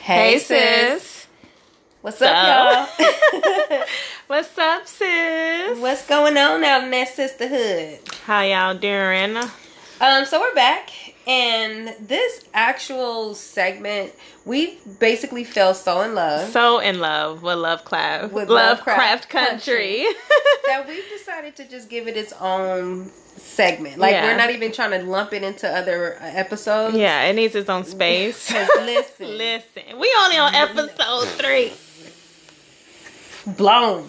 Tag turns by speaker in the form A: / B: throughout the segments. A: Hey, sis. What's up, y'all?
B: What's up, sis?
A: What's going on out in that sisterhood?
B: How y'all doing?
A: Um, so we're back, and this actual segment, we basically fell so in love
B: So in love with Lovecraft.
A: With Lovecraft
B: Lovecraft Country.
A: that we've decided to just give it its own segment. Like
B: Yeah.
A: we're not even trying to lump it into other uh, episodes.
B: yeah, it needs its own space.
A: 'Cause listen,
B: Listen, we only on episode three.
A: blown.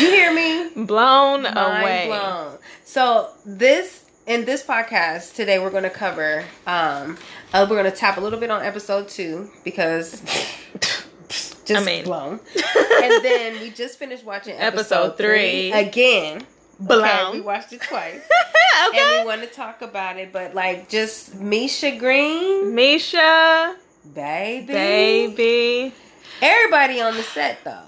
A: You hear me?
B: Blown
A: Mind
B: away.
A: blown. So this in this podcast today, we're going to cover. Um, uh, we're going to tap a little bit on episode two because just
B: I mean-
A: blown. and then we just finished watching episode,
B: Episode three.
A: again. Okay,
B: Blown.
A: we watched it twice, and we
B: okay.
A: want to talk about it. But like, just Misha Green,
B: Misha,
A: baby,
B: baby.
A: Everybody on the set though.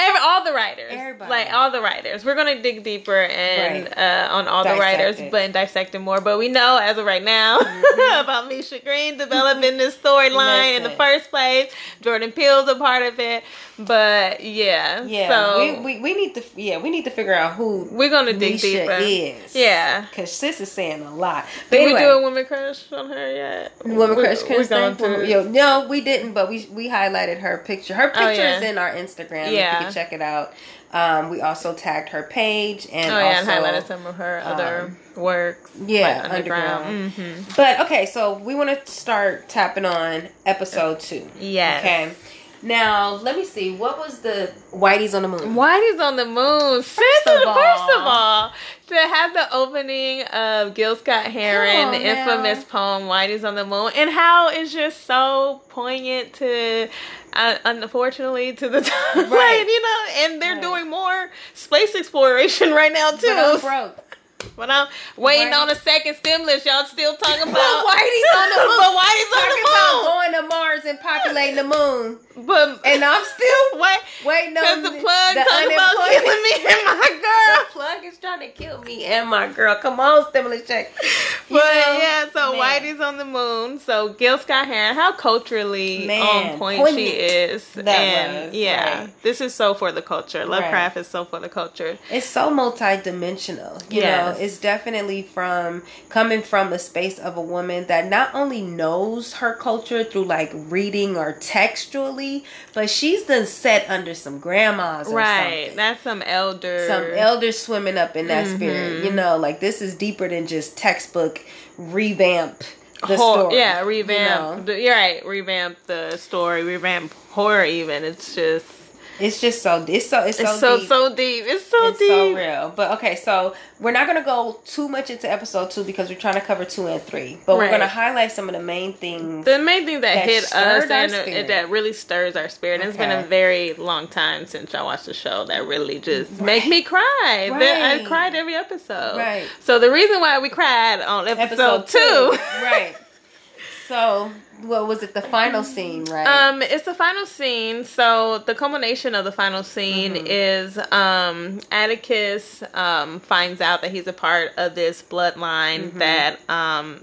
B: Every, all the writers,
A: Everybody.
B: like all the writers, we're gonna dig deeper and
A: Right.
B: uh, on all
A: Dissect
B: the writers,
A: it. Mm-hmm.
B: but and dissect it more. But we know as of right now about Misha Green developing this storyline in the
A: Listen.
B: first place. Jordan Peele's a part of it, but yeah,
A: Yeah,
B: So
A: we, we we need to yeah we need to figure out who
B: we, are gonna dig
A: Misha
B: deeper.
A: is.
B: Yeah.
A: Cause sis is saying a lot. But
B: Did
A: anyway,
B: we do a woman crush on her yet?
A: Woman
B: we,
A: Crush
B: We're
A: Crush
B: going
A: thing?
B: to.
A: Yo, no, we didn't, but we we highlighted her picture. Her picture
B: Oh, yeah.
A: is in our Instagram.
B: Yeah.
A: If you can check it out. Um, we also tagged her page and
B: Oh yeah,
A: also, um,
B: and highlighted some of her other works.
A: yeah,
B: like underground. hmm
A: But okay, so we want to start tapping on episode two.
B: Yes.
A: Okay. Now let me see. What was the Whitey's on the moon?
B: Whitey's on the moon. First,
A: of
B: first,
A: all-
B: of all, to have the opening of Gil Scott
A: Come
B: Heron
A: on now.
B: infamous poem "Whitey's on the Moon" and how it's just so poignant to, uh, unfortunately, to the time.
A: Right.
B: you know, and they're
A: Right.
B: doing more space exploration right now too.
A: But I'm broke.
B: But I'm waiting
A: Right.
B: on a second stimulus. Y'all still talking about
A: Whitey's on the moon.
B: But Whitey's on
A: Talking
B: the
A: about
B: moon.
A: going to Mars and populating the moon,
B: But
A: and I'm still
B: wait,
A: waiting
B: because
A: on
B: the plug talking about
A: unemployment.
B: killing me and my girl.
A: The plug is trying to kill me and my girl. Come on, stimulus check. You
B: But
A: know?
B: yeah, so
A: Man.
B: Whitey's on the moon. So Gil Scott Heron, how culturally
A: Man,
B: on point
A: poignant
B: she is.
A: that
B: and
A: was,
B: yeah,
A: right.
B: this is so for the culture. Lovecraft is so for the culture.
A: It's so multidimensional. You
B: Yes.
A: know, it's definitely from coming from a space of a woman that not only knows her culture through like reading or textually, but she's done set under some grandmas or
B: Right.
A: something.
B: That's some elder.
A: some elders swimming up in that spirit, you know, like this is deeper than just textbook revamp the
B: Hor-
A: story.
B: Yeah,
A: you
B: revamp.
A: know?
B: the- you're right. Revamp the story. Revamp horror. Even it's just
A: It's just so it's so it's,
B: it's
A: so
B: so
A: deep.
B: so deep. It's so
A: it's
B: deep.
A: so real. But okay, so we're not gonna go too much into episode two because we're trying to cover two and three. But we're
B: Right.
A: gonna highlight some of the main things.
B: The main thing that,
A: That
B: hit us
A: stirred our
B: and uh,
A: spirit.
B: that really stirs our spirit, and it's been
A: Okay.
B: a very long time since I watched the show that really just make me cry. That-
A: Right.
B: I cried every episode.
A: Right.
B: So the reason why we cried on episode, two,
A: right? So what was it? The final scene, right?
B: Um, it's the final scene. So the culmination of the final scene is um, Atticus um, finds out that he's a part of this bloodline that um,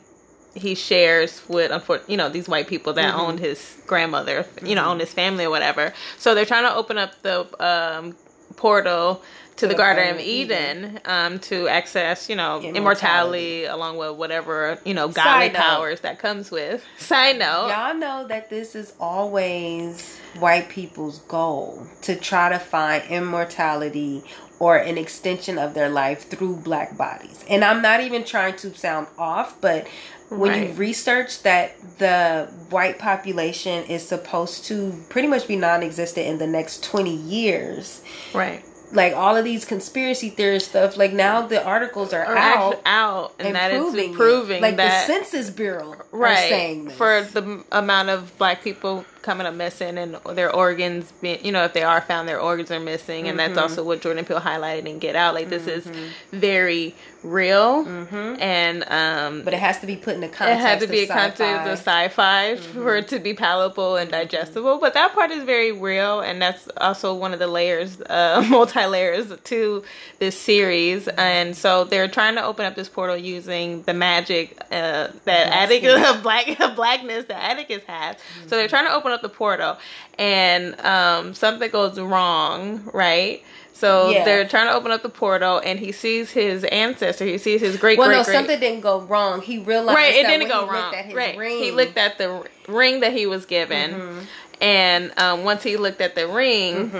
B: he shares with, unfor- you know, these white people that owned his grandmother, you know, owned his family or whatever. So they're trying to open up the um, portal. To the,
A: the
B: Garden
A: Garden
B: of
A: of
B: Eden, um, to access, you know, immortality.
A: Immortality.
B: along with whatever, you know, godly
A: Side note.
B: powers that comes with. Side note.
A: Y'all know that this is always white people's goal to try to find immortality or an extension of their life through black bodies. And I'm not even trying to sound off, but when you
B: Right.
A: research that the white population is supposed to pretty much be non existent in the next 20 years,
B: Right.
A: like all of these conspiracy theorist stuff, like now the articles are,
B: are
A: out.
B: actually out and, that
A: proving
B: it's
A: it.
B: proving
A: like
B: that
A: the Census Bureau right,
B: right
A: are saying this.
B: for the m- amount of black people coming up missing and their organs being you know if they are found their organs are missing and
A: Mm-hmm.
B: that's also what jordan peele highlighted in get out like this is very real
A: Mm-hmm.
B: and um
A: but it has to be put in the
B: it
A: context.
B: had to be a
A: of
B: context
A: sci-fi.
B: of sci-fi for it to be palatable and digestible but that part is very real and that's also one of the layers uh, multi-layers to this series and so they're trying to open up this portal using the magic uh, that atticus of black of blackness that atticus has so they're trying to open up the portal and um, something goes wrong, right? So
A: Yeah.
B: they're trying to open up the portal, and he sees his ancestor. He sees his great
A: Well,
B: great
A: no,
B: great.
A: something didn't go wrong. He realized
B: right, it
A: that
B: didn't
A: when
B: go
A: he
B: wrong.
A: Looked at his
B: right,
A: ring, Mm-hmm.
B: he looked at the r- ring that he was given, and um, once he looked at the ring,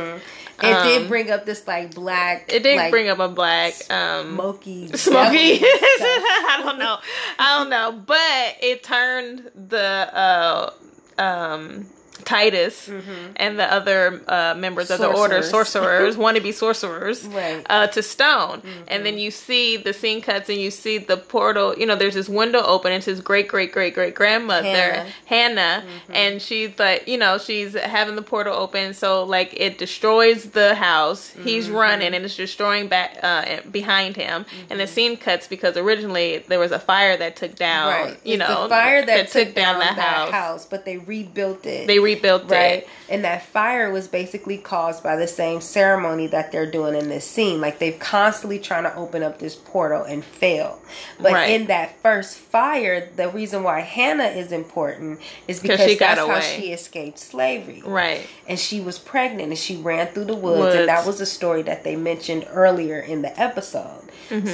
A: It
B: um,
A: did bring up this like black.
B: it did
A: Mm-hmm. like,
B: bring up a black um,
A: smoky,
B: smoky.
A: devil stuff.
B: I don't know. I don't know. But it turned the uh, um, Titus and the other uh, members of the order,
A: Mm-hmm. Sorcerers.
B: sorcerers, wannabe sorcerers,
A: Right. Mm-hmm.
B: uh, to stone. And then you see the scene cuts and you see the portal. You know, there's this window open. It's his great, great, great, great grandmother, Hannah.
A: Hannah. Mm-hmm.
B: And she's like, you know, she's having the portal open. So, like, it destroys the house. He's
A: Mm-hmm.
B: running and it's destroying back uh, behind him. And
A: Mm-hmm.
B: the scene cuts because originally there was a fire that took down,
A: right.
B: you
A: It's
B: know,
A: the fire that, took, down, the house. but they rebuilt it.
B: They rebuilt
A: right
B: it.
A: and that fire was basically caused by the same ceremony that they're doing in this scene like they've constantly trying to open up this portal and fail but
B: Right.
A: in that first fire the reason why hannah is important is because
B: she got
A: that's how
B: away.
A: she escaped slavery
B: Right.
A: and she was pregnant and she ran through the woods,
B: Woods.
A: and that was the story that they mentioned earlier in the episode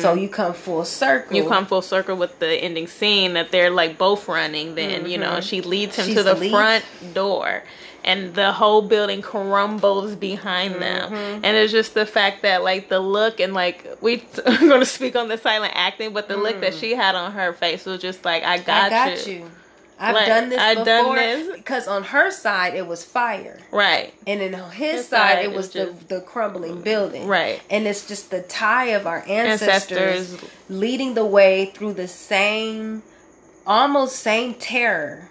A: so you come full circle
B: Mm-hmm. You come full circle with the ending scene that they're like both running. Then you know she leads him
A: Mm-hmm. She's
B: to the
A: the lead.
B: front door, and the whole building crumbles behind them.
A: Mm-hmm.
B: And it's just the fact that like the look and like we are going to speak on the silent acting, but the look that she had on her face was just like I got,
A: Mm. i got you, I've
B: Like,
A: done this
B: I
A: before
B: done this.
A: because on her side it was fire.
B: Right.
A: and then on his
B: His
A: side,
B: side
A: it was
B: is
A: the,
B: just-
A: the crumbling building
B: Right.
A: and it's just the tie of our ancestors,
B: Ancestors.
A: leading the way through the same almost same terror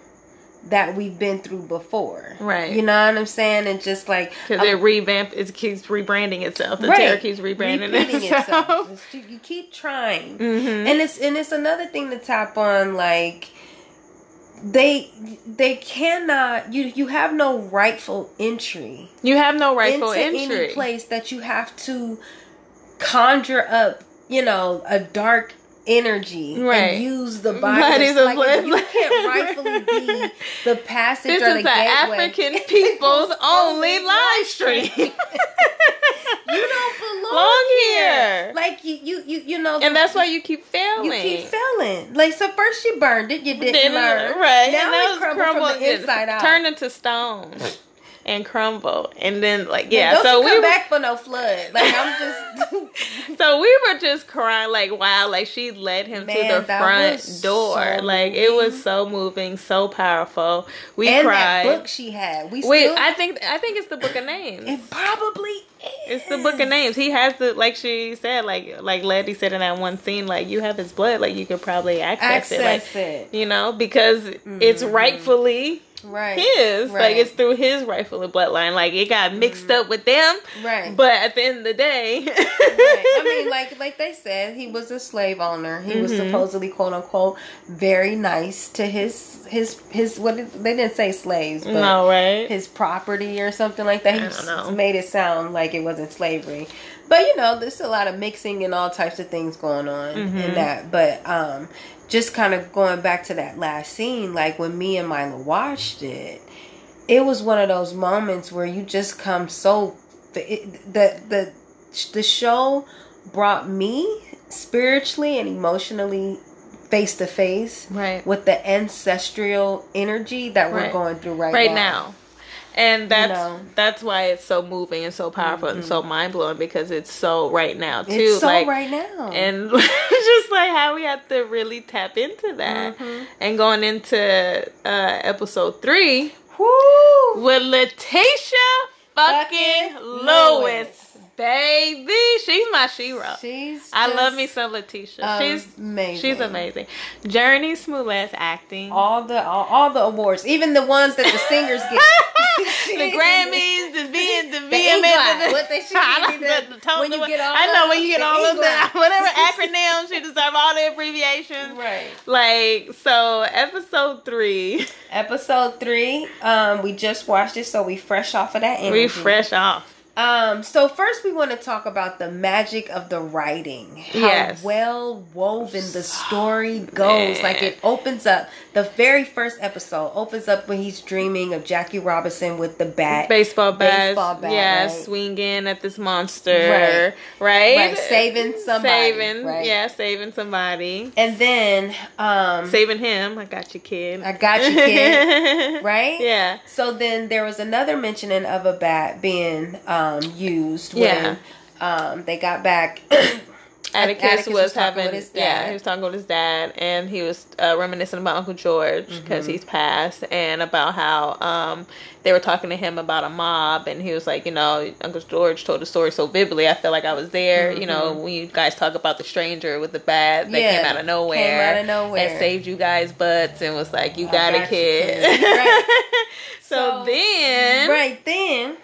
A: that we've been through before
B: Right.
A: you know what i'm saying and just like
B: Because it revamp, it keeps rebranding itself. The
A: Um, Right.
B: terror keeps rebranding
A: Repeating
B: itself. Mm-hmm.
A: It's- You you keep trying, and it's and it's another thing to tap on. Like they they cannot. You you have no rightful entry
B: You have no rightful
A: into
B: entry.
A: any place that you have to conjure up. You know, a dark energy
B: Right.
A: and use the body.
B: Body's a
A: like, if you
B: blessing.
A: can't rightfully be the passage
B: This
A: or the
B: is the
A: gateway.
B: African people's only live stream.
A: You don't belong
B: Belong here.
A: here. Like you, you, you, you know,
B: and that's why you keep
A: You
B: failing.
A: keep failing. Like so, first you burned it, you didn't
B: Then-
A: learn.
B: Right.
A: now
B: that
A: it
B: was
A: crumbled
B: crumbled-
A: from the inside out.
B: Turned into stone and crumbled. And then like
A: Like,
B: yeah,
A: don't
B: so
A: you come
B: we were,
A: back for no flood. Like I'm just
B: so we were just crying like wow, like she led him to
A: Man,
B: the
A: that
B: front
A: was
B: door.
A: so
B: like it was so moving, so powerful. We
A: and
B: cried.
A: that book she had. We
B: Wait,
A: still.
B: I think I think it's the book of names.
A: it probably is.
B: It's the book of names. He has the like she said, like like Letty said in that one scene, like you have his blood, like you could probably access,
A: Access
B: it, like
A: it.
B: you know, because it's rightfully
A: Mm-hmm. Right.
B: his. Like
A: Right. Mm-hmm.
B: it's through his rightful bloodline. Like it got mixed up with them,
A: Right.
B: but at the end of the day,
A: Right. I mean, like like they said, he was a slave owner. He
B: Mm-hmm.
A: was supposedly quote unquote very nice to his his his what did, they didn't say slaves, but
B: no right.
A: his property or something like that. He
B: I don't know.
A: s- made it sound like it wasn't slavery. But you know, there's a lot of mixing and all types of things going on
B: Mm-hmm.
A: in that. But um just kind of going back to that last scene, like when me and Mila watched it, it was one of those moments where you just come so it, the the the show brought me spiritually and emotionally face to face
B: Right.
A: with the ancestral energy that we're
B: Right.
A: going through right,
B: right
A: now.
B: now. And that's
A: know. Mm-hmm.
B: that's why it's so moving and so powerful and so mind blowing because it's so right now too.
A: It's so
B: like
A: right now.
B: and just like how we have to really tap into that
A: Mm-hmm.
B: and going into uh episode three
A: Woo!
B: with letitia fucking
A: Fucking
B: lewis baby she's my she-rock
A: She's
B: i
A: just
B: love me some letitia she's
A: amazing.
B: she's amazing journey smoolett's acting
A: All the all, all the awards, even the ones that the singers get.
B: the Grammys, the V and the VMA,
A: EGOT,
B: the-
A: what they should
B: I
A: be,
B: like
A: the-
B: the total-
A: when you get all
B: I know
A: of-
B: when you get
A: the
B: all of that,
A: EGOT.
B: whatever acronyms, she deserve all the abbreviations.
A: Right.
B: Like so, episode three,
A: Episode three. Um, we just watched it, so we fresh off of that energy.
B: we fresh off.
A: Um, so first we want to talk about the magic of the writing. How
B: Yes.
A: well woven the story goes.
B: man.
A: Like it opens up the very first episode opens up when he's dreaming of Jackie Robinson with the bat.
B: Baseball bat,
A: Baseball bat,
B: yeah,
A: right.
B: swinging at this monster, right?
A: Right, saving somebody.
B: saving,
A: right?
B: yeah, saving somebody,
A: And then um
B: saving him. I got you, kid.
A: I got you kid.
B: kid.
A: right?
B: Yeah.
A: So then there was another mentioning of a bat being um used when um they got back
B: Atticus,
A: Atticus
B: was,
A: was talking
B: having,
A: with his dad.
B: yeah, he was talking with his dad, and he was uh, reminiscing about Uncle George because
A: Mm-hmm.
B: he's passed, and about how um, they were talking to him about a mob, and he was like, you know, Uncle George told the story so vividly, I felt like I was there. You know, when you guys talk about the stranger with the bat that
A: Mm-hmm. Yeah,
B: came out of nowhere,
A: came out of nowhere.
B: and saved you guys' butts, and was like, you
A: I
B: got, a
A: got you,
B: kid.
A: kid. Right.
B: so,
A: So-
B: then,
A: right then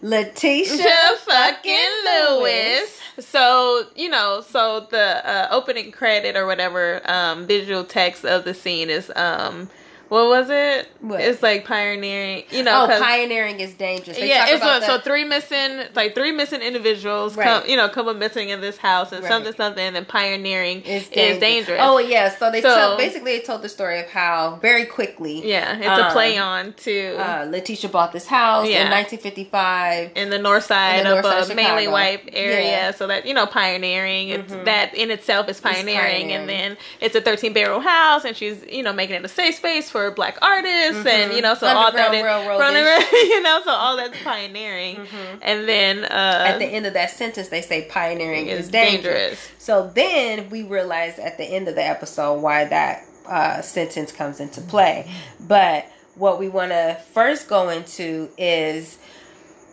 A: Letitia
B: Keisha fucking Lewis. So you know, so the uh, opening credit or whatever um, visual text of the scene is um, what was it?
A: What?
B: It's like pioneering, you know.
A: Oh,
B: 'cause-
A: pioneering is dangerous. They
B: yeah,
A: talk
B: it's
A: about
B: what, so
A: that.
B: three missing, like three missing individuals,
A: Right.
B: come, you know, come up missing in this house and
A: Right.
B: something, something, and then pioneering
A: It's
B: is dangerous.
A: Oh yeah, so they
B: So-
A: tell basically they told the story of how very quickly
B: yeah, it's a
A: Um,
B: play on to
A: uh, Letitia bought this house
B: Yeah.
A: in 1955.
B: in the north side
A: In the
B: of
A: north side
B: a
A: of
B: mainly
A: Chicago.
B: white area.
A: Yeah.
B: So that you know, pioneering it's,
A: Mhm.
B: that in itself is pioneering.
A: pioneering.
B: And then it's a thirteen barrel house, and she's you know making it a safe space for black artists, and
A: Mhm.
B: you know, so all that, is,
A: Underground Railroad-ish.
B: Running- you know, so all that's pioneering. And then uh,
A: Mm-hmm. At the end of that sentence, they say pioneering
B: it's
A: is dangerous. So then we realize at the end of the episode why that uh, sentence comes into
B: Mm-hmm.
A: play. But what we want to first go into is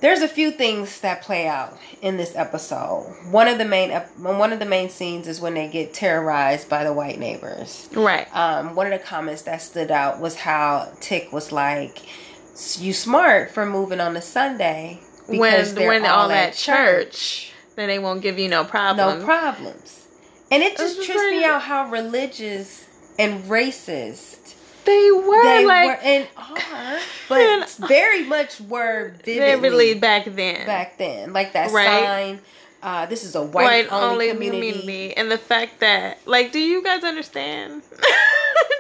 A: there's a few things that play out in this episode. One of the main ep- one of the main scenes is when they get terrorized by the white neighbors.
B: right?
A: Um, one of the comments that stood out was how Tick was like, "You smart for moving on a Sunday
B: When
A: they're
B: when all at church, then they won't give you no problem.
A: no problems. And it just
B: just
A: trips me
B: like-
A: out how religious and racist
B: they were
A: they
B: like
A: were and are,
B: And-
A: but very much were vividly
B: vividly back then.
A: back then. Like that
B: Right.
A: sign, uh, this is a
B: white,
A: white, only, community.
B: and the fact that like do you guys understand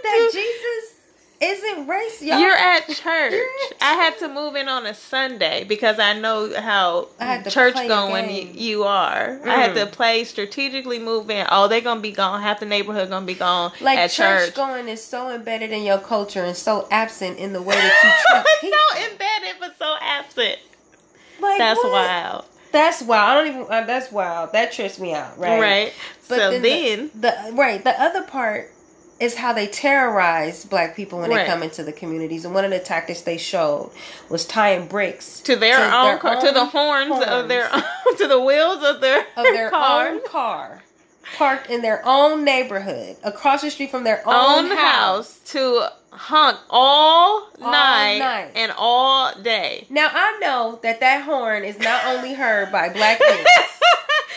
A: That
B: Do-
A: Jesus isn't racist. Y'all,
B: you're at church
A: church.
B: i had to move in on a sunday because i know how
A: I had to
B: church
A: play a
B: going y-
A: game.
B: you are i had
A: Mm.
B: to play strategically move in oh they gonna be gone half the neighborhood gonna be gone
A: like
B: at
A: church,
B: church,
A: going is so embedded in your culture and so absent in the way that you treat people.
B: so embedded but so absent
A: Like,
B: that's
A: what?
B: wild
A: That's wild. I don't even. Uh, that's wild. That trips me out.
B: right,
A: But
B: so
A: then,
B: then,
A: the- the, right the other part is how they terrorize black people when
B: Right.
A: they come into the communities and one of the tactics they showed was tying bricks
B: to their
A: to
B: own
A: their
B: car to the
A: own
B: horns, of their
A: horns.
B: own, to the wheels of their
A: of their
B: car.
A: own car parked in their own neighborhood across the street from their own,
B: own house to honk all,
A: All
B: night,
A: night.
B: and all day.
A: now i know that that horn is not only heard by black men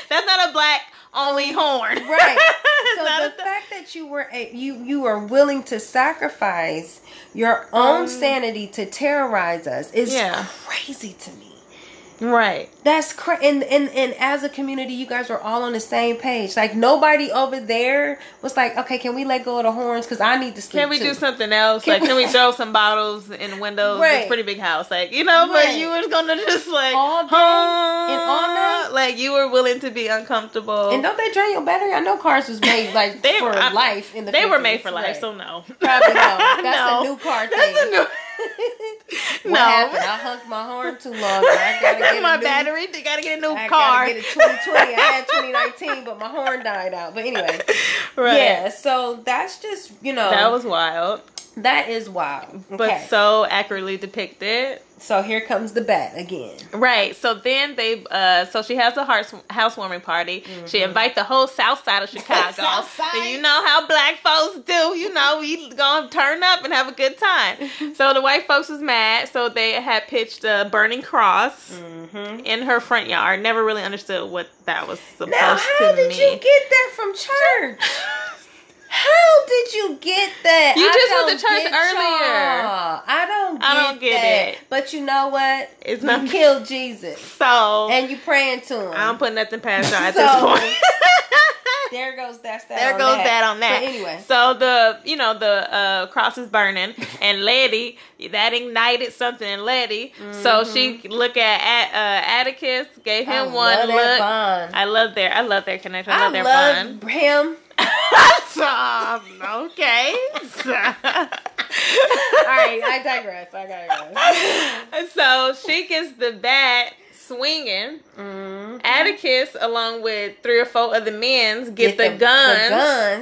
B: That's not a black only horn.
A: Right.
B: It's
A: so
B: not
A: the
B: a th-
A: fact that you were a, you you are willing to sacrifice your own
B: Um,
A: sanity to terrorize us is
B: yeah.
A: crazy to me
B: right.
A: That's crazy. And, and and as a community, you guys were all on the same page. Like nobody over there was like, okay, can we let go of the horns? Because I need to sleep.
B: Can we
A: too.
B: do something else?
A: Can
B: like, can we
A: we-
B: throw some bottles in windows? It's
A: Right.
B: a pretty big house. Like, you know, but
A: Right.
B: you was gonna just like
A: All day and all
B: honk.
A: night?
B: Like you were willing to be uncomfortable.
A: And don't they drain your battery? I know cars was made like
B: They-
A: for
B: I-
A: life. In the
B: they were
A: 50s,
B: made for life,
A: right.
B: so no.
A: probably no. That's
B: No.
A: a new car thing.
B: That's a new.
A: what
B: no.
A: happened? I hunked my horn too long. I gotta get
B: my
A: a new,
B: battery. They gotta get a new
A: I
B: car.
A: gotta get a 2020. I had 2019, but my horn died out. But anyway,
B: right.
A: yeah. So that's just you know
B: That was wild,
A: that is wild.
B: but
A: Okay.
B: so accurately depicted.
A: So here comes the bat again.
B: Right. So then they, uh, so she has a hearts, housewarming party. She invite the whole South Side of Chicago.
A: South Side.
B: And you know how black folks do. You know we gonna turn up and have a good time. so the white folks was mad. So they had pitched a burning cross
A: Mm-hmm.
B: in her front yard. Never really understood what that was supposed
A: Now, how
B: to
A: did
B: mean.
A: you get that from church? How did you get that?
B: You just went to
A: don't
B: church
A: get
B: earlier.
A: y'all. I don't. Get
B: I don't get
A: that.
B: it.
A: But you know what?
B: It's
A: you
B: not-
A: killed Jesus,
B: So
A: and you praying to him.
B: I don't put nothing past y'all at
A: So-
B: this point.
A: there goes that's that.
B: there
A: on
B: goes
A: that.
B: that. on that.
A: But anyway,
B: so the you know the uh, cross is burning, and Letty that ignited something in Letty. So she look at, at uh, Atticus, gave
A: Mm-hmm. I
B: him
A: love that
B: one look.
A: bond.
B: I love their I love their connection. I
A: I
B: love their
A: love
B: bond.
A: him.
B: um, okay.
A: All right, I digress. I digress.
B: so she gets the bat swinging.
A: Mm.
B: Atticus, along with three or four other men,
A: Get
B: get, the,
A: the- the
B: guns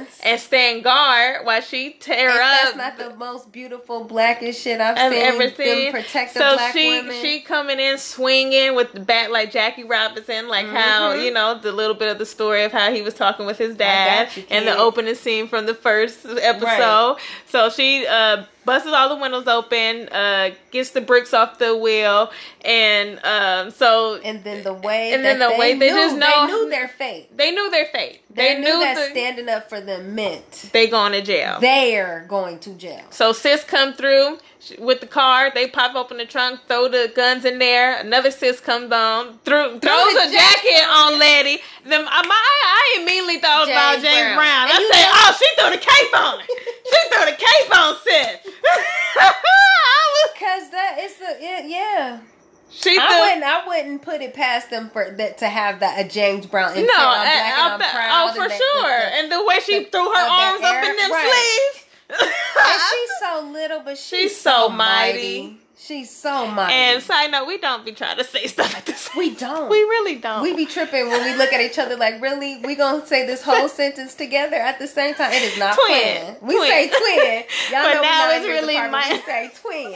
A: guns.
B: and stand guard while she tear
A: If
B: up.
A: that's not the most beautiful blackest shit I've
B: of
A: seen.
B: everything,
A: Them protect the
B: so
A: black
B: she
A: women.
B: she coming in swinging with the bat like Jackie Robinson, like how
A: Mhm.
B: you know the little bit of the story of how he was talking with his dad
A: got you,
B: and the
A: kid.
B: opening scene from the first episode. So she uh, busts all the windows open, uh, gets the bricks off the wheel, and um, so
A: and then the way
B: And
A: that
B: then the way they
A: knew,
B: just know-
A: they knew their fate.
B: they knew their fate.
A: They, knew, that
B: the- Oh.
A: standing up for them meant
B: they going to jail.
A: they're going to jail.
B: So sis come through sh- with the car. They pop open the trunk, throw the guns in there. Another sis comes on, threw, throws
A: the
B: a jacket on Letty. Them, I, my, I immediately thought
A: James
B: about James
A: Brown.
B: Brown.
A: And
B: I
A: you
B: said,
A: know-
B: "Oh, she threw the cape on it. she threw the cape on sis." I was-
A: Cause that is the yeah. yeah.
B: she threw.
A: I wouldn't. I wouldn't put it past them for that to have that a James Brown.
B: no,
A: intent on
B: I-
A: black and
B: I
A: I'm
B: bet-
A: proud
B: oh
A: and
B: for
A: that-
B: sure.
A: that-
B: and the way she threw her
A: of that
B: arms up
A: air-
B: in them
A: right.
B: sleeves.
A: And she's so little, but she's,
B: She's
A: so
B: so
A: mighty.
B: mighty.
A: She's so mighty.
B: and side note, we don't be trying to say stuff like this.
A: we don't.
B: We
A: We,
B: really don't.
A: be tripping when we look at each other like, really? We gonna say this whole sentence together at the same time? It is not
B: Twin.
A: twin. We
B: Twin.
A: say twin. Y'all
B: But
A: know
B: now
A: we not
B: it's
A: in really
B: really
A: department.
B: my-
A: We say twin.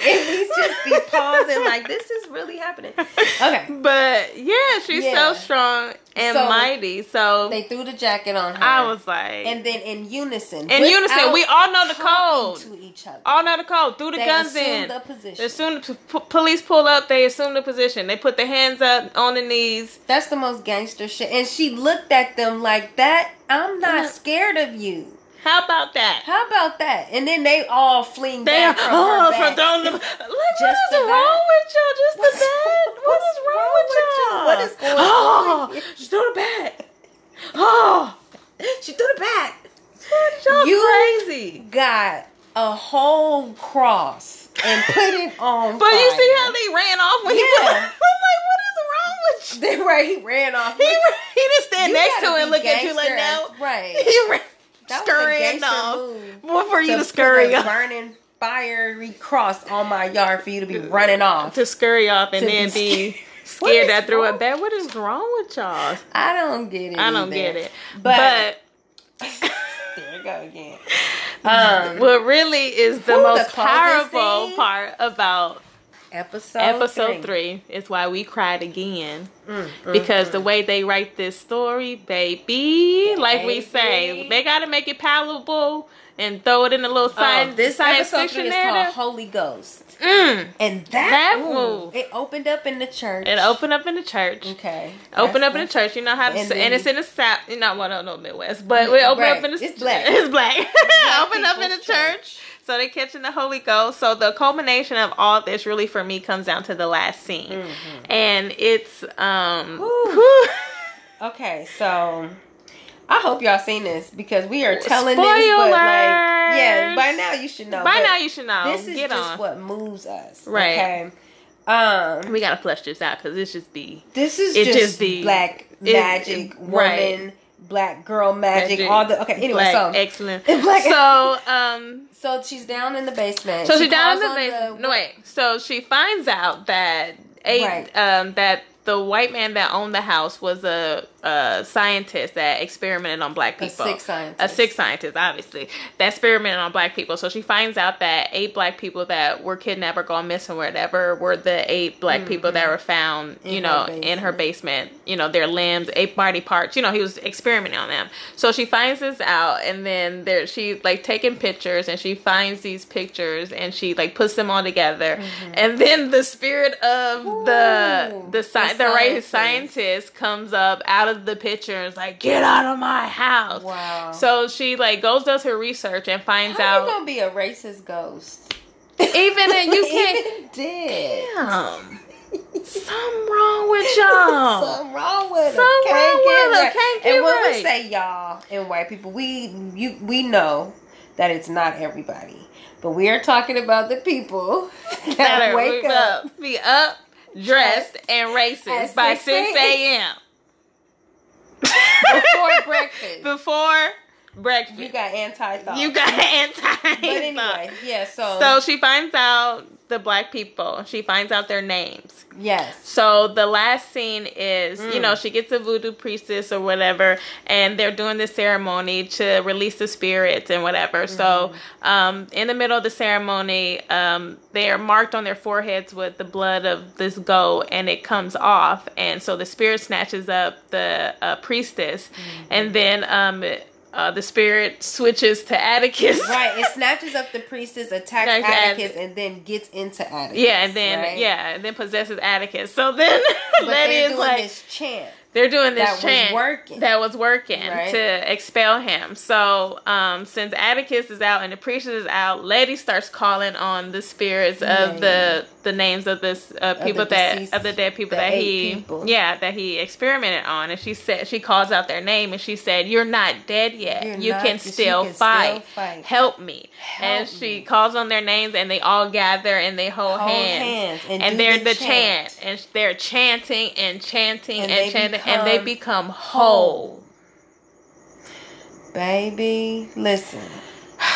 A: and we just be pausing like, this is really happening. Okay.
B: But yeah, she's
A: Yeah.
B: so strong and
A: So,
B: mighty. So
A: They threw the jacket on her.
B: I was like,
A: and then in unison.
B: in unison,
A: without
B: we all know the
A: talking
B: code.
A: to each other.
B: All know the code. Threw the
A: They
B: guns
A: assumed
B: in.
A: the position.
B: They assumed the p- police pull up. They assume the position. They put their hands up on the knees.
A: That's the most gangster shit. And she looked at them like that. I'm not
B: not-
A: scared of you.
B: How about that?
A: How about that? And then they all fling
B: they
A: back from her
B: oh,
A: back.
B: from throwing them. Like, what
A: Just
B: is
A: the
B: wrong
A: bat?
B: with y'all? Just
A: What's-
B: the bat. What
A: what's
B: is wrong,
A: wrong with
B: with
A: y'all?
B: y'all?
A: What is going on
B: oh,
A: with you?
B: She threw the bat. Oh,
A: she threw it back.
B: y'all
A: You-
B: crazy.
A: Got a whole cross and put it on.
B: But you see
A: fire.
B: how they ran off when he
A: Yeah.
B: put I'm like, what is wrong with you?
A: Then right, he ran off.
B: He, he didn't stand
A: You
B: next to
A: gotta
B: it
A: be
B: and look at you like,
A: gangster.
B: no.
A: Right.
B: He ran,
A: That was a
B: scurrying
A: gangster
B: off.
A: move
B: What for you to,
A: put
B: scurry
A: a
B: off?
A: burning fiery cross on my yard for you to be running off.
B: To scurry off and
A: To be
B: then be
A: What
B: scared
A: is
B: that threw
A: wrong?
B: it back. What is wrong with y'all?
A: I don't get it.
B: I don't
A: either.
B: get it.
A: But-
B: But,
A: There we go again. Um,
B: what really is the
A: Ooh, the
B: most
A: closing
B: powerful
A: scene?
B: part about
A: episode
B: episode three is why we cried again.
A: Mm, mm,
B: because the way they write this story, baby, like we
A: Baby.
B: say, they got to make it palatable and throw it in a little science,
A: Um, this
B: science
A: episode
B: fiction
A: three is called
B: narrative.
A: Holy Ghost,
B: Mm.
A: and that,
B: That
A: ooh,
B: move.
A: it opened up in the church.
B: It opened up in the church.
A: Okay.
B: Open
A: That's
B: up in the
A: the-
B: church, you know how, to,
A: And
B: and,
A: then-
B: it's in the south. You know, well, no, no Midwest, but we open
A: Right.
B: up in the
A: It's black.
B: It's black.
A: Black
B: open up in the
A: people's
B: church. so they catching the Holy Ghost. So the culmination of all this, really, for me, comes down to the last scene, and it's um,
A: Mm-hmm. Whew.
B: whew.
A: Okay, so I hope y'all seen this because we are telling this, but
B: Spoilers.
A: like, yeah, by now you should know.
B: by
A: but
B: now you should know.
A: this is
B: Get
A: just
B: on.
A: what moves us,
B: Right.
A: Okay. Um,
B: We gotta flush this out because this just be
A: this is
B: It
A: just,
B: just be-
A: black
B: it-
A: magic, woman,
B: right.
A: black girl magic,
B: Magic.
A: all the okay. Anyway,
B: black
A: so
B: excellent.
A: Black-
B: so um,
A: so she's down in the basement.
B: so she, down
A: calls
B: in the
A: on
B: basement. no wait. So she finds out that eight
A: Right.
B: um that the white man that owned the house was a, a scientist that experimented on black
A: A
B: people.
A: sick scientist.
B: A sick scientist, obviously, that experimented on black people. So she finds out that eight black people that were kidnapped or gone missing, or whatever, were the eight black people that were found,
A: Mm-hmm. In
B: you
A: her
B: know, in her basement. You know, their limbs, eight body parts. You know, he was experimenting on them. So she finds this out, and then there she's like taking pictures, and she finds these pictures, and she like puts them all together, and then the spirit of the
A: Mm-hmm. Ooh,
B: the
A: the
B: sci- the right
A: scientist.
B: scientist comes up out of of the pictures, like, get out of my house.
A: Wow.
B: So she like goes does her research and finds
A: How
B: out
A: you gonna be a racist ghost?
B: even if you can't
A: Even dead.
B: Damn. Something wrong with y'all.
A: Something wrong with her.
B: Something
A: Can't
B: wrong
A: get
B: with her.
A: right.
B: Can't get
A: And when we
B: right.
A: say y'all and white people, we you we know that it's not everybody, but we are talking about the people that,
B: Better
A: wake
B: wake
A: up.
B: up, be up, dressed, and
A: At
B: racist by
A: 6
B: 6 a.m.
A: before breakfast.
B: Before
A: You
B: breakfast.
A: got anti thought.
B: You got anti.
A: But anyway, yeah. So,
B: So she finds out the black people. She finds out their names.
A: yes,
B: So the last scene is, you
A: Mm.
B: know, she gets a voodoo priestess or whatever, and they're doing this ceremony to release the spirits and whatever. So
A: Mm-hmm.
B: um, in the middle of the ceremony, um, they are marked on their foreheads with the blood of this goat, and it comes off, and so the spirit snatches up the uh, priestess,
A: Mm-hmm.
B: and then um, it- uh, the spirit switches to Atticus.
A: right. It snatches up the priestess, attacks
B: Attacks
A: Atticus, and then gets into Atticus.
B: Yeah, and then
A: right?
B: yeah, and then possesses Atticus. So then
A: But
B: Letty
A: they're
B: is
A: doing
B: like,
A: this chant.
B: they're doing this
A: that was
B: chant
A: working.
B: that was working
A: Right.
B: to expel him. So um, since Atticus is out and the preacher is out, Letty starts calling on the spirits of the the names of this uh, people that
A: deceased-
B: of the dead
A: the
B: people that
A: eight
B: he
A: people.
B: yeah that he experimented on, and she said she calls out their name and she said, "You're not dead yet.
A: You're
B: you
A: not-
B: can,
A: she
B: still,
A: can still
B: fight.
A: fight.
B: Help me." and
A: Help
B: she
A: me.
B: calls on their names, and they all gather and they hold,
A: Hold hands
B: hands,
A: and
B: and,
A: do
B: they're
A: the
B: the,
A: chant.
B: chant. and they're chanting and chanting
A: And
B: and,
A: they
B: chanting, and they
A: become
B: become whole.
A: Baby, listen.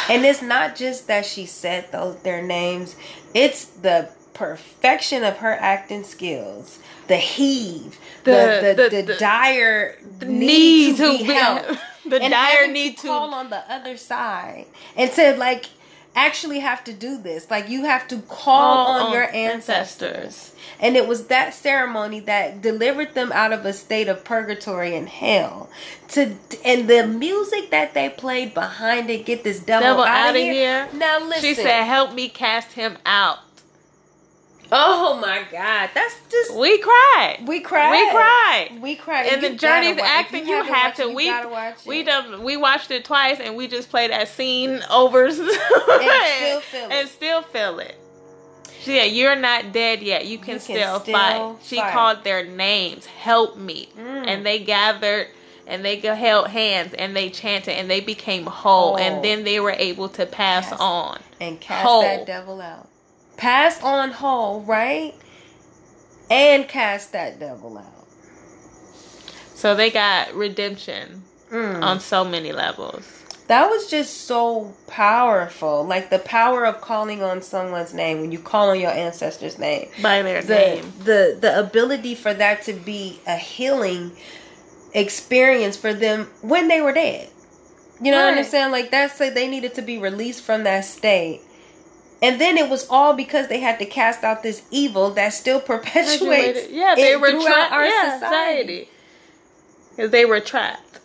A: And it's not just that she said those their names, it's the perfection of her acting skills, the heave, the
B: The-
A: the, the,
B: the- the-
A: dire
B: Need
A: need,
B: to
A: be
B: be-
A: helped.
B: the
A: and
B: dire
A: having
B: need to.
A: call on the other side and to like actually have to do this. Like you have to call
B: Call
A: on,
B: on
A: your ancestors.
B: ancestors.
A: And it was that ceremony that delivered them out of a state of purgatory and hell. To and the music that they played behind it, get this devil,
B: Devil
A: out of
B: outta
A: here.
B: here.
A: Now listen.
B: She said, "Help me cast him out."
A: "Oh my God, that's just
B: We cried.
A: we cried.
B: We cried.
A: We cried.
B: And
A: you
B: the
A: gotta
B: journey's
A: watch-
B: acting, you,
A: haven't
B: have
A: watched
B: to.
A: it,
B: We
A: you gotta watch
B: we
A: it.
B: done, we watched it twice, and we just played that scene over and
A: still feel it.
B: and still feel it. She said, "You're not dead yet. You can,
A: can
B: still,
A: still
B: fight." She
A: fight.
B: called their names. Help me,
A: Mm.
B: and they gathered. And they g- held hands and they chanted and they became
A: Whole.
B: whole. And then they were able to pass
A: Oh. Yes.
B: on.
A: and cast
B: Whole.
A: that devil out. Pass on whole, right? And cast that devil out.
B: So they got redemption
A: Mm.
B: on so many levels.
A: that was just so powerful. Like the power of calling on someone's name when you call on your ancestor's name.
B: By their
A: The the the ability for that to be a healing experience for them when they were dead. You know what I'm
B: Right.
A: saying? Like that's like they needed to be released from that state. And then it was all because they had to cast out this evil that still perpetuates.
B: Yeah, they
A: it
B: were
A: throughout
B: trapped.
A: our
B: yeah,
A: society.
B: society. 'Cause they were trapped.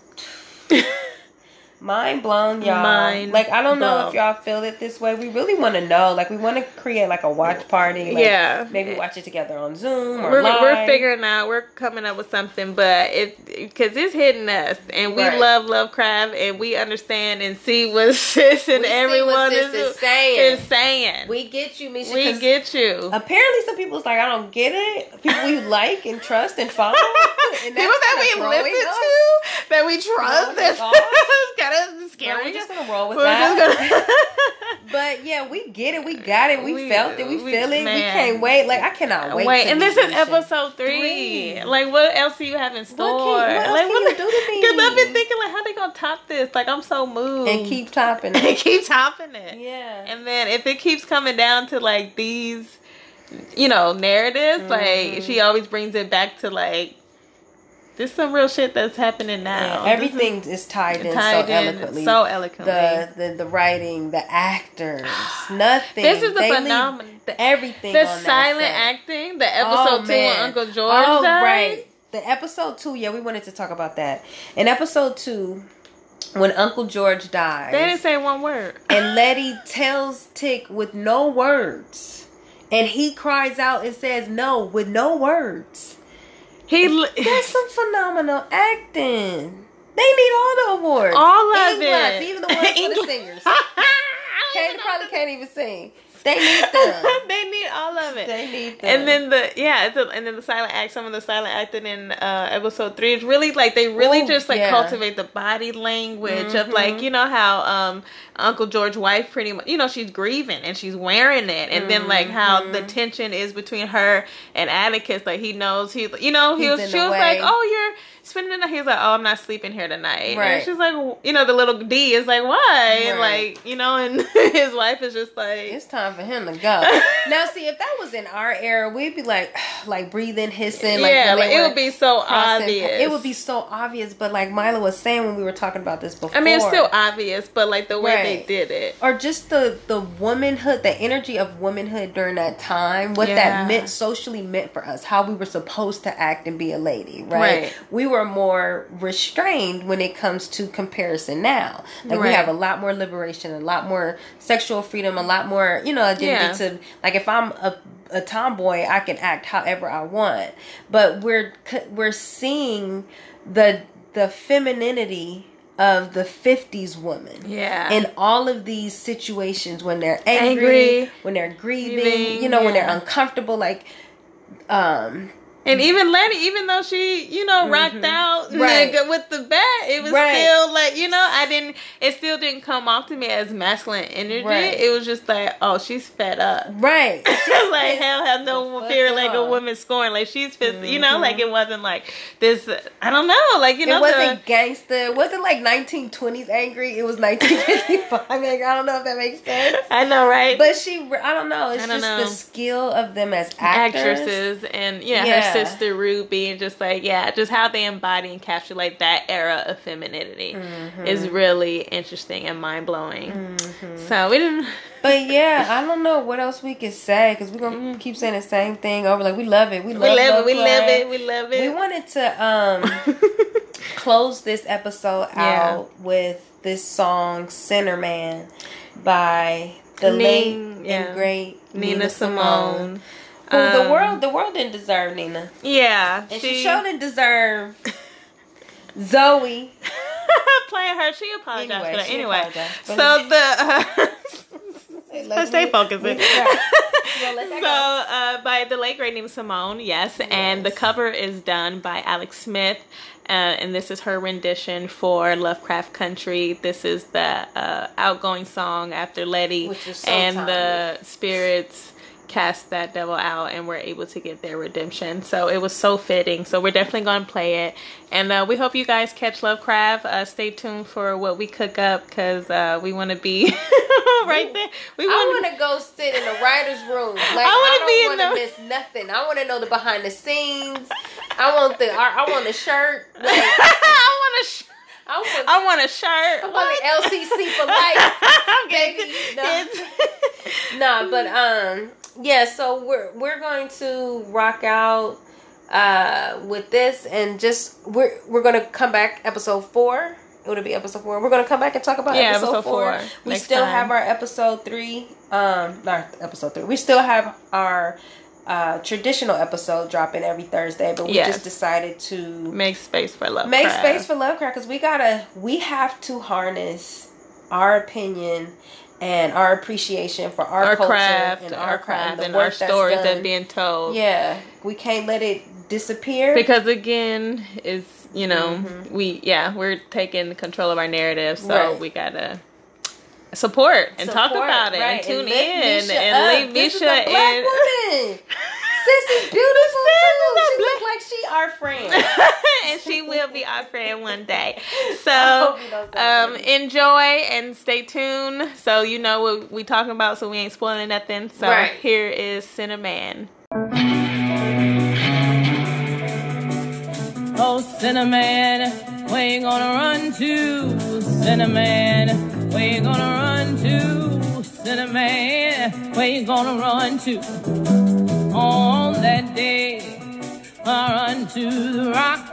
A: Mind blown, y'all.
B: Mind
A: like I don't know if
B: blown.
A: y'all feel it this way. We really want to know. Like we want to create like a watch party. Like,
B: Yeah.
A: Maybe watch it together on Zoom or
B: We're,
A: live.
B: we're figuring out. We're coming up with something, but it because it's hitting us, and we
A: Right.
B: love Lovecraft, and we understand and see what sis and
A: We see what
B: everyone
A: sis
B: is,
A: is saying.
B: is saying. We,
A: We get you, Misha. 'cause
B: get you.
A: Apparently, some people's like, I don't get it. People you like and trust and follow. And
B: People that we listen to, that we trust,
A: Growing
B: that's
A: up.
B: kind of
A: Yeah,
B: scary.
A: we're just gonna roll with
B: We're
A: that.
B: just gonna-
A: But yeah, we get it. We got it. We,
B: We-
A: felt it. We,
B: we-
A: feel it. We
B: man.
A: can't wait. Like I cannot wait.
B: Wait,
A: to
B: and
A: meet
B: this is
A: Misha.
B: episode three.
A: Three.
B: Like, what else do you have in store?
A: what else
B: like,
A: can you do to me?
B: Because I've been thinking, like, how they gonna top this? Like, I'm so moved.
A: and keep topping.
B: and
A: it.
B: keep topping it.
A: yeah.
B: And then if it keeps coming down to like these, you know, narratives, like
A: Mm-hmm.
B: she always brings it back to like, this some real shit that's happening now.
A: Yeah, everything is tied in
B: This is Um, tied
A: so
B: in
A: eloquently.
B: so eloquently.
A: the, the the writing, the actors, nothing.
B: this is the
A: They leave
B: phenomenon. The,
A: Everything.
B: the
A: on that
B: silent
A: set.
B: acting. The episode
A: Oh,
B: two
A: man.
B: when Uncle George
A: Oh,
B: died.
A: right. The episode two, yeah, we wanted to talk about that. In episode two, when Uncle George dies,
B: They didn't say one word.
A: and Letty tells Tick with no words, and he cries out and says no with no words.
B: He
A: That's some phenomenal acting. They need all the awards.
B: All of
A: Inglots,
B: it.
A: Even the ones for the
B: Inglots.
A: singers.
B: They
A: Kate probably can't even sing. They need them.
B: they need all of it.
A: They need them.
B: and then the yeah, it's a, and then the silent act. Some of the silent acting in uh, episode three is really like they really
A: Ooh,
B: just like
A: yeah. Mm-hmm.
B: cultivate the body language of like you know how um, Uncle George wife pretty much you know she's grieving and she's wearing it, and then like how
A: Mm-hmm.
B: the tension is between her and Atticus. Like he knows he you know he
A: He's
B: was
A: in
B: she
A: the
B: was
A: way.
B: like oh you're. Spending the night, he's like, "Oh, I'm not sleeping here tonight."
A: Right.
B: And she's like, "You know, the little D is like, why?" And
A: Right.
B: like, you know, and his wife is just like,
A: it's time for him to go. now, see, if that was in our era, we'd be like, like breathing, hissing. Like
B: yeah,
A: when
B: like
A: they
B: it
A: were
B: would be so
A: crossing-
B: obvious.
A: It would be so obvious. But like Milo was saying when we were talking about this before,
B: I mean, it's still obvious, but like the way
A: Right.
B: they did it.
A: or just the the womanhood the energy of womanhood during that time what
B: Yeah.
A: that meant socially meant for us how we were supposed to act and be a lady right,
B: Right.
A: we were more restrained when it comes to comparison now like we
B: Right.
A: have a lot more liberation a lot more sexual freedom a lot more you know
B: Yeah.
A: identity to like if i'm a a tomboy i can act however i want but we're c- we're seeing the the femininity of the 50s woman
B: Yeah.
A: in all of these situations when they're angry,
B: Angry.
A: when they're grieving,
B: Grieving,
A: you know, when they're
B: yeah.
A: uncomfortable, like um
B: and even Lenny, even though she, you know, rocked out
A: Right.
B: nigga with the bat, it was
A: Right.
B: still like, you know, I didn't, it still didn't come off to me as masculine energy.
A: Right.
B: It was just like, oh, she's fed up.
A: right.
B: It's like hell have no
A: The fuck
B: fear like a
A: off.
B: woman scorn like she's pissed you know like it wasn't like this I don't know like you know
A: it wasn't gangster. It wasn't like 1920s angry. It was 1955. I mean, I don't know if that makes sense.
B: the, I know right
A: But she, re- I don't know. It's
B: I don't
A: just
B: know.
A: the skill of them as actors.
B: actresses and yeah,
A: Yeah.
B: her sister Ruby and just like yeah, just how they embody and capture like that era of femininity
A: Mm-hmm.
B: is really interesting and mind blowing. So we didn't
A: But yeah, I don't know what else we could say because we're gonna keep saying the same thing over. Like we love it. We
B: Mm. we
A: love,
B: love it, we
A: Love
B: love
A: Club.
B: it, we love
A: We
B: it.
A: wanted to um close this episode
B: Yeah.
A: out with this song Center Man by the
B: Ning-
A: late
B: yeah.
A: and great
B: Nina, Simone.
A: Who the
B: Um,
A: world the world didn't deserve Nina.
B: Yeah.
A: And she, sure didn't deserve Zoe.
B: playing her, she apologized
A: Anyway,
B: for that.
A: she
B: anyway.
A: apologized.
B: So the
A: Hey,
B: uh,
A: let's
B: stay
A: re- we-
B: focusing.
A: right. Well, let that
B: so
A: go.
B: uh, by the late great Nina Simone, yes, and the cover is done by Alex Smith, uh, and this is her rendition for Lovecraft Country. This is the uh, outgoing song after Letty,
A: Which is so
B: and the spirits cast that devil out and were able to get their redemption so it was so fitting so we're definitely going to play it and uh, we hope you guys catch lovecraft uh, stay tuned for what we cook up because uh, we want to be right there we
A: I
B: wanna-
A: want to go sit in the writer's room. Like
B: I wanna be
A: I,
B: in
A: don't want
B: the-
A: to miss nothing. I want to know the behind the scenes. I want the I, I want the shirt. Like,
B: I want a sh-
A: I want
B: I want a shirt.
A: I want the LCC for life.
B: I'm
A: baby. No. nah, but um, yeah. So we're we're going to rock out uh with this, and just we're we're gonna come back episode four. It would be episode four. We're gonna come back and talk about
B: Yeah,
A: episode,
B: episode
A: four.
B: four,
A: We
B: next
A: still
B: time.
A: have our episode three. Um, not episode three. We still have our uh traditional episode dropping every Thursday, but we
B: Yes.
A: just decided to
B: Make space for love.
A: make space for Lovecraft because we gotta we have to harness our opinion and our appreciation for our,
B: our
A: culture
B: craft
A: and
B: and
A: our craft
B: and
A: the work
B: our
A: that's
B: stories that
A: done.
B: are being told.
A: yeah we can't let it disappear
B: Because again, it's you know we yeah we're taking control of our narrative, so
A: Mm-hmm. Right.
B: we gotta support and talk
A: Support,
B: about it
A: right,
B: and tune
A: lift
B: in
A: Misha
B: and
A: up.
B: leave
A: This is a
B: Misha
A: black
B: in.
A: woman. Sis is beautiful too. She look like she our friend.
B: and she will be our friend one day.
A: I
B: So
A: hope you don't say
B: um, enjoy and stay tuned. So you know what we talking about, so we ain't spoiling nothing. So
A: Right.
B: here is Cinnamon.
C: Oh, Cinnamon, where you gonna run to? Cinnamon, where you gonna run to? Cinnamon, where you gonna run to? On that day, I run to the rock